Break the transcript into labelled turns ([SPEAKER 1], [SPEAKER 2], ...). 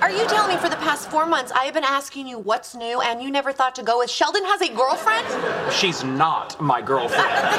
[SPEAKER 1] Are you telling me for the past four months I have been asking you what's new and you never thought to go with Sheldon has a girlfriend?
[SPEAKER 2] She's not my girlfriend.